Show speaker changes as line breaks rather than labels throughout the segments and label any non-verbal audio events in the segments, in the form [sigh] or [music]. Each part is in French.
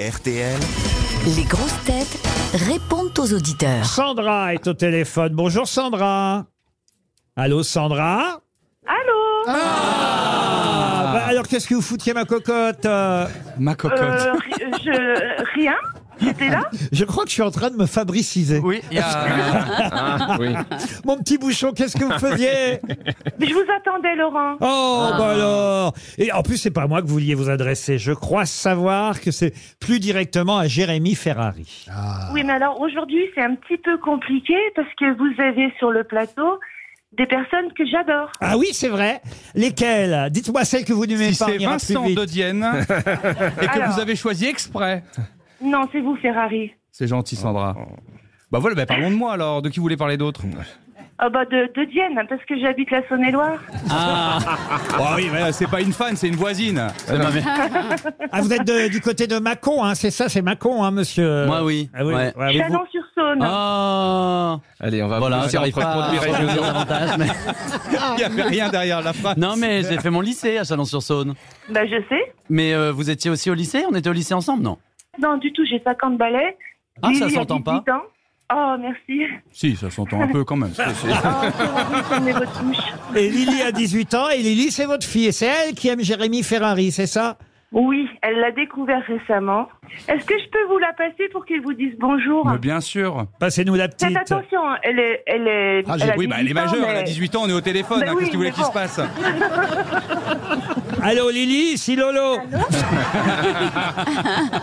RTL.
Les grosses têtes répondent aux auditeurs.
Sandra est au téléphone. Bonjour Sandra. Allô Sandra
Allô
Ah, bah Alors qu'est-ce que vous foutiez ma cocotte euh
Ma cocotte.
Euh, ri- je, euh, Rien J'étais là
Je crois que je suis en train de me fabriciser.
Oui, il y a...
Mon petit bouchon, qu'est-ce que vous faisiez
Mais je vous attendais, Laurent.
[laughs] Oh bah alors Et en plus c'est pas à moi que vous vouliez vous adresser. Je crois savoir que c'est plus directement à Jérémy Ferrari.
Ah.
Oui, mais alors aujourd'hui, c'est un petit peu compliqué parce que vous avez sur le plateau des personnes que j'adore.
Ah oui c'est vrai. Lesquelles Dites-moi celles que vous n'aimez
Si
pas.
c'est
on ira
Vincent
plus vite. [laughs]
Dodienne et que
Alors.
vous avez choisi exprès.
Non, c'est vous, Ferrari.
C'est gentil, Sandra. Bah voilà, bah parlons de moi alors. De qui vous voulez parler d'autre
Ah bah de, de Dienne, parce que j'habite la Saône-et-Loire.
Ah oui, mais c'est pas une fan, c'est une voisine.
Ah vous êtes de- du côté de Mâcon, hein, c'est ça, c'est Mâcon, hein, monsieur.
Moi, oui.
Ah oui.
Ouais.
ouais, vous-
Chalon-sur-Saône.
Ah
Allez, on va
Voilà,
vous faire
j'arrive pas à
reproduire les
retenir
jeux.
davantage, mais-
Il
[laughs]
n'y avait rien derrière la phrase.
Non, mais j'ai fait mon lycée à Chalon-sur-Saône.
Bah, je sais.
Mais euh, vous étiez aussi au lycée On était au lycée ensemble, non
Non, du tout, j'ai 50 balais.
Ah,
Lily
ça
a
s'entend pas.
18 ans. Oh, merci. Oh,
Si, ça s'entend un peu quand même.
[laughs] Prenez votre touche.
Et Lily a 18 ans, et Lily, c'est votre fille. Et c'est elle qui aime Jérémy Ferrari, c'est ça
Oui, elle l'a découvert récemment. Est-ce que je peux vous la passer pour qu'elle vous dise bonjour
Mais bien sûr.
Passez-nous la
Faites
petite.
attention, hein, elle est. Elle est
Ah,
Ah,
elle a
oui, bah elle est
18 ans,
majeure,
mais-
elle a 18 ans, on est au téléphone.
Bah
hein,
oui,
Qu'est-ce que vous voulez
mais
qu'il se
bon.
passe
Allô Lily, si Lolo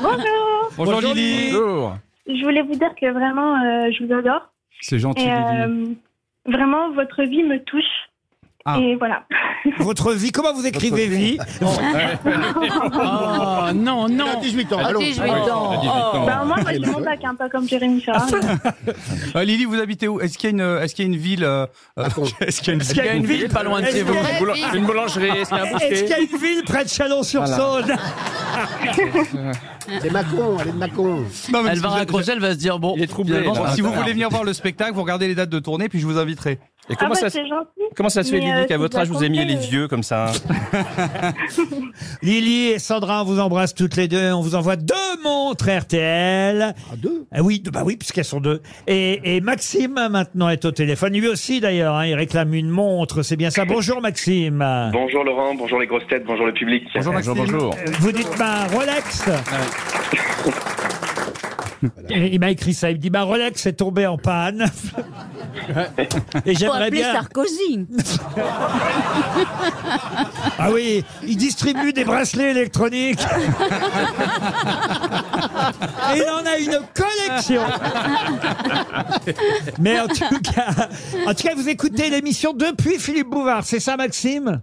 Bonjour
Bonjour,
Bonjour, Lily.
Lily.
Je voulais vous dire que vraiment, euh, je vous adore.
C'est gentil,
Et
Lily.
euh, vraiment, votre vie me touche.
Ah.
Et voilà.
Votre vie, comment vous écrivez vie Ah.
Oh non, non
18 ans. allô.
Elle a 18 ans.
Oh.
Bah, moi,
[laughs]
moi, je m'en bac un peu comme Jérémy
Ah,
Ferrari.
Euh, Lily, vous habitez où Est-ce qu'il y a une, est-ce qu'il y a une ville euh, [laughs] euh, Est-ce qu'il y a une
Est-ce qu'il y a une ville
pas loin de chez vous.
Une
Ah,
[laughs] boulangerie, est-ce qu'il y a une ville près de Chalon-sur-Saône
C'est Macron, elle est de Macron.
Non, mais
Elle va
parce que
raccrocher, elle va se dire bon. Il est troublé. Ah,
je-
Ah,
Si vous voulez venir voir le spectacle, vous regardez les dates de tournée, puis je vous inviterai.
Et
Ah,
comment,
bah,
ça, se-
c'est gentil.
comment ça se fait,
Mais,
Lily,
euh,
qu'à
c'est
votre
bien
âge, vous aimiez
compté,
les
euh.
vieux comme ça hein
Lily et Sandra, on vous embrasse toutes les deux. On vous envoie deux montres RTL.
Ah, deux.
Ah oui, bah oui, puisqu'elles sont deux. Et, et Maxime maintenant est au téléphone. Lui aussi d'ailleurs, hein, il réclame une montre. C'est bien ça. Bonjour Maxime.
Bonjour Laurent, bonjour les grosses têtes, bonjour le public.
Bonjour, Maxime. Bonjour,
Vous dites bah, ma Rolex. Et Il m'a écrit ça. Il me dit bah, ma Rolex est tombée en panne. Et j'aimerais bien.
Sarkozy.
Ah oui, il distribue des bracelets électroniques. Et il en a une collection. Mais en tout cas, en tout cas, vous écoutez l'émission depuis Philippe Bouvard, c'est ça, Maxime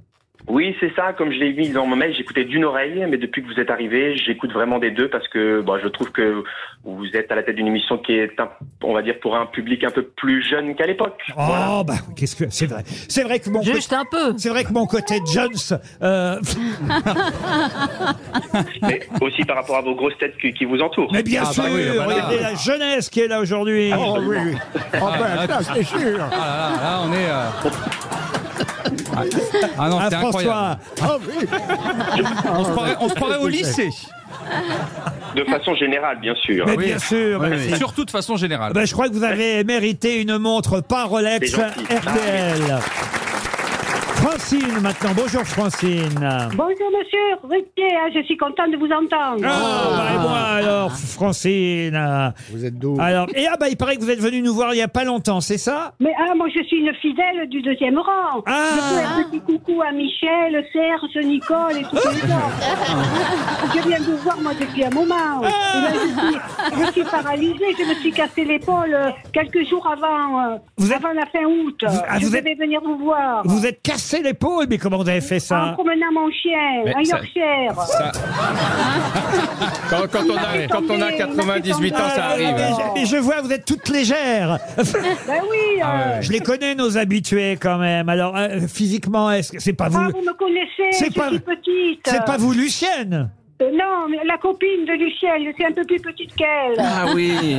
Oui, c'est ça, comme je l'ai mis dans mon mail, j'écoutais d'une oreille, mais depuis que vous êtes arrivé, j'écoute vraiment des deux parce que bon, je trouve que vous êtes à la tête d'une émission qui est, un- on va dire, pour un public un peu plus jeune qu'à l'époque. Voilà.
Oh bah qu'est-ce que c'est vrai. C'est vrai que mon côté-
Juste un peu.
c'est vrai que mon côté Jones. euh,
Mais aussi par rapport à vos grosses têtes qui, qui vous entourent.
mais bien
Ah,
sûr,
bah oui, bah là.
regardez la jeunesse qui est là aujourd'hui.
Oh oui, oui. Oh ben, ça, c'est sûr.
Ah là là, là, on est. euh, Ah non,
Ah,
c'était incroyable.
François,
Oh oui.
On se croirait, on se croirait au lycée.
De façon générale, bien sûr.
mais
Oui.
bien sûr.
Oui,
Maxime.
oui. Surtout de façon générale.
Ben, je crois que vous avez mérité une montre par Rolex
C'est gentil. Ah
RTL. Francine maintenant. Bonjour
Ah.
Francine.
Bonjour, monsieur Ruquier. je suis contente de vous entendre.
Ah, bah, et moi alors, Francine. ah.
Vous êtes d'où
Alors, et ah bah il paraît que vous êtes venu nous voir il n'y a pas longtemps, c'est ça
Mais ah, moi, je suis une fidèle du deuxième rang. Je fais
Ah
un petit coucou à Michel, Serge, Nicole et tous les autres. Je viens de vous voir, moi, depuis un moment.
Ah.
Et là, je, suis, je suis paralysée. Je me suis cassé l'épaule euh, quelques jours avant, euh,
Vous êtes-
avant la fin août.
ah,
je
vous êtes-
devais venir vous voir.
Vous êtes cassé l'épaule, mais comment vous avez fait ça
En promenant mon chien,
Mais
un
ça-
Yorkshire.
quand, quand on
Il m'a fait
a, quand on a
tomber,
98
il m'a
ans,
fait
ça
Ah,
arrive.
mais je- mais je vois, vous êtes toute légère.
Ben oui,
Ah
euh,
Je les connais nos habitués quand même. Alors euh, physiquement, est-ce que c'est pas
ah,
vous
vous me connaissez, je
C'est
suis
pas-
petite.
C'est pas vous Lucienne
Euh, non, mais la copine de Lucienne, c'est un peu plus petite qu'elle.
Ah oui.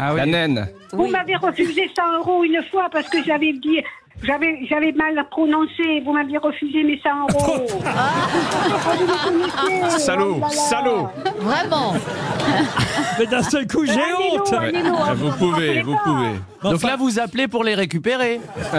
Ah oui.
La naine.
Vous m'avez refusé 100 euros une fois parce que j'avais dit... J'avais, j'avais mal prononcé, vous m'aviez refusé mes 100
Oh.
euros. Ah, vous me connaissez,
Salaud,
oh là là.
salaud.
Vraiment.
Mais d'un seul coup, j'ai honte.
Vous pouvez, vous pouvez.
Donc là, vous appelez pour les récupérer.
Non,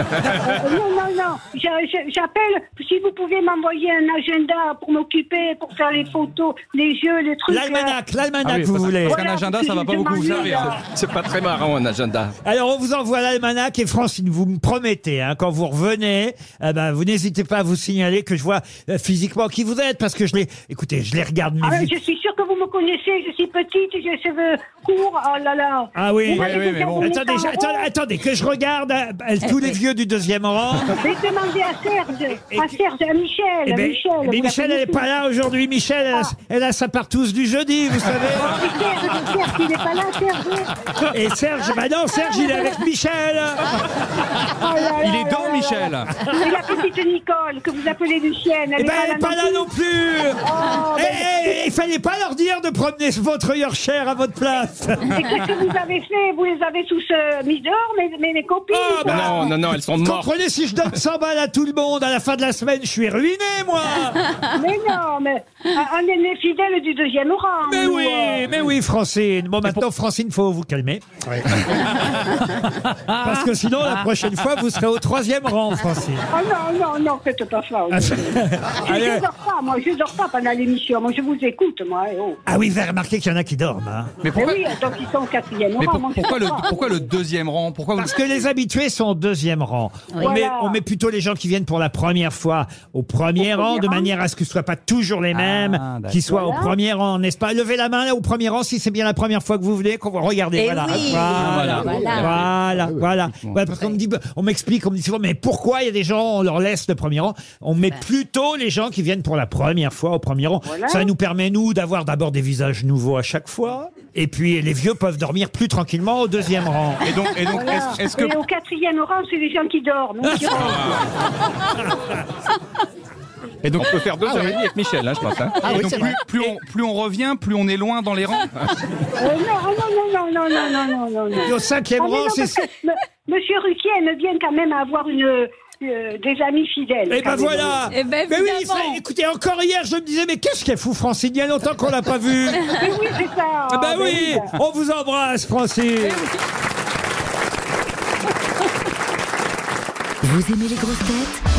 non, non. Je- je- J'appelle. Si vous pouvez m'envoyer un agenda pour m'occuper, pour faire les photos, les jeux, les trucs. euh,
L'almanach, l'almanach,
Ah oui,
vous
parce-
voulez.
Parce qu'un agenda, ça va pas beaucoup vous servir.
C'est pas très marrant un agenda.
Alors, on vous envoie l'almanach et Francine, vous me promettez, hein, quand vous revenez, eh ben, vous n'hésitez pas à vous signaler que je vois euh, physiquement qui vous êtes, parce que je les, écoutez, je les regarde mes
Ah,
vies.
je suis sûre que vous me connaissez. Je suis petite, j'ai les cheveux courts. Oh là là.
Ah oui.
Vous
oui,
m'avez
oui,
dit
mais
que
bon.
vous n'êtes
Attendez,
pas
je- attendez,
heureux.
attendez, que je regarde euh, tous les vieux du deuxième rang.
J'ai demandé à Serge,
Et-
à Serge, à Michel,
Eh
à
ben,
Michel.
mais
vous
Michel, elle
l'avez
est pas là aujourd'hui. Michel, elle a, elle a sa partouze du jeudi, vous [laughs] savez.
dit. Serge, Serge, il n'est pas là, Serge. Oh
Et Serge, bah non, Serge, il est avec Michel.
Oh là là
Il
là
est dans
là là.
Michel.
Et la petite Nicole, que vous appelez Lucienne, elle
Eh
est
ben, elle est pas là non plus.
Oh,
Eh, eh, il fallait pas leur dire de promener votre Yorkshire à votre place.
Et qu'est-ce que vous avez fait Vous les avez tous euh, mis dehors, mes, mes, mes copines
Ah,
quoi.
Non, non, non, elles sont
Vous
mortes.
comprenez, si je donne 100 balles à tout le monde à la fin de la semaine, je suis ruiné, moi. bah.
Mais non, mais un un aîné fidèle du deuxième rang.
[laughs] Mais
nous,
oui,
euh.
mais oui, Francine. Bon, maintenant, Francine, faut vous calmer. [laughs] Parce que sinon, la prochaine fois, vous serez au troisième rang, [laughs] Francine.
Oh non, non, non, faites pas ça. Je-
Allez.
Je dors pas, moi, je dors pas pendant l'émission. Moi, je vous écoute, moi. eh oh.
Ah oui, vous avez remarqué qu'il y en a qui dorment. hein.
Mais
Mais
pourquoi,
oui, donc ils sont au quatrième
mais
rang.
pour-
moi, je
pourquoi le,
dors pas.
pourquoi le deuxième rang Pourquoi vous-
Parce que les habitués sont au deuxième rang. On,
Voilà.
met, on met plutôt les gens qui viennent pour la première fois au premier
Au premier
rang, de
rang. Ah,
manière à ce que ce ne soient pas toujours les mêmes,
d'accord.
qui soient au
Voilà.
premier rang, n'est-ce pas Levez la main là au premier rang si c'est bien la première fois que vous venez, qu'on va regarder.
Eh
voilà. Ah,
oui.
Ah,
voilà, voilà,
Voilà.
voilà, Ouais, parce qu'on me dit, bah, on m'explique, on me dit souvent, mais pourquoi il y a des gens, on leur laisse le premier rang On met plutôt les gens qui viennent pour la première fois au premier rang.
Voilà.
Ça nous permet nous d'avoir d'abord des visages nouveaux à chaque fois, et puis les vieux peuvent dormir plus tranquillement au deuxième rang.
Et donc, et donc
Voilà.
est-ce est-ce que.
Et au quatrième rang, c'est les gens qui dorment.
Ah.
Donc, ils rentrent.
Et donc, on peut
Ah
faire deux heures et demie avec Michel, hein, je pense. hein.
et donc, plus, plus on, plus on revient, plus on est loin dans les rangs.
Euh, non, oh non, non, non, non, non, non, non, non.
Et au cinquième
Ah, mais
rang,
non,
c'est... Eh
parce que M- Monsieur Ruquier aime bien quand même avoir une, euh, des amis fidèles.
Eh ben
quand même.
voilà
Eh ben,
Mais oui,
évidemment.
ça- écoutez, encore hier, je me disais, mais qu'est-ce qu'elle fout, Francine Il y a longtemps qu'on l'a pas vue
Mais oui, c'est ça.
Ah ben
mais
oui On vous embrasse, Francine
Vous aimez les grosses têtes